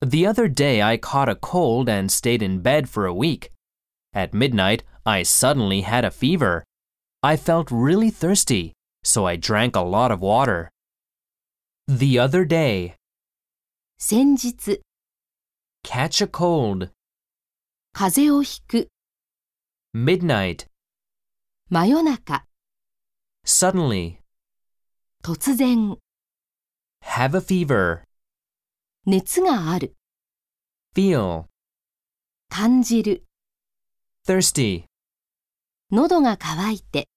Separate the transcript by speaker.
Speaker 1: The other day I caught a cold and stayed in bed for a week. At midnight, I suddenly had a fever. I felt really thirsty, so I drank a lot of water. The other day,
Speaker 2: 先日、
Speaker 1: catch a cold,
Speaker 2: 風邪をひく、
Speaker 1: midnight,
Speaker 2: 真夜中、
Speaker 1: suddenly,
Speaker 2: 突然、
Speaker 1: have a fever,
Speaker 2: 熱がある、
Speaker 1: feel,
Speaker 2: 感じる、
Speaker 1: thirsty.
Speaker 2: 喉が渇いて。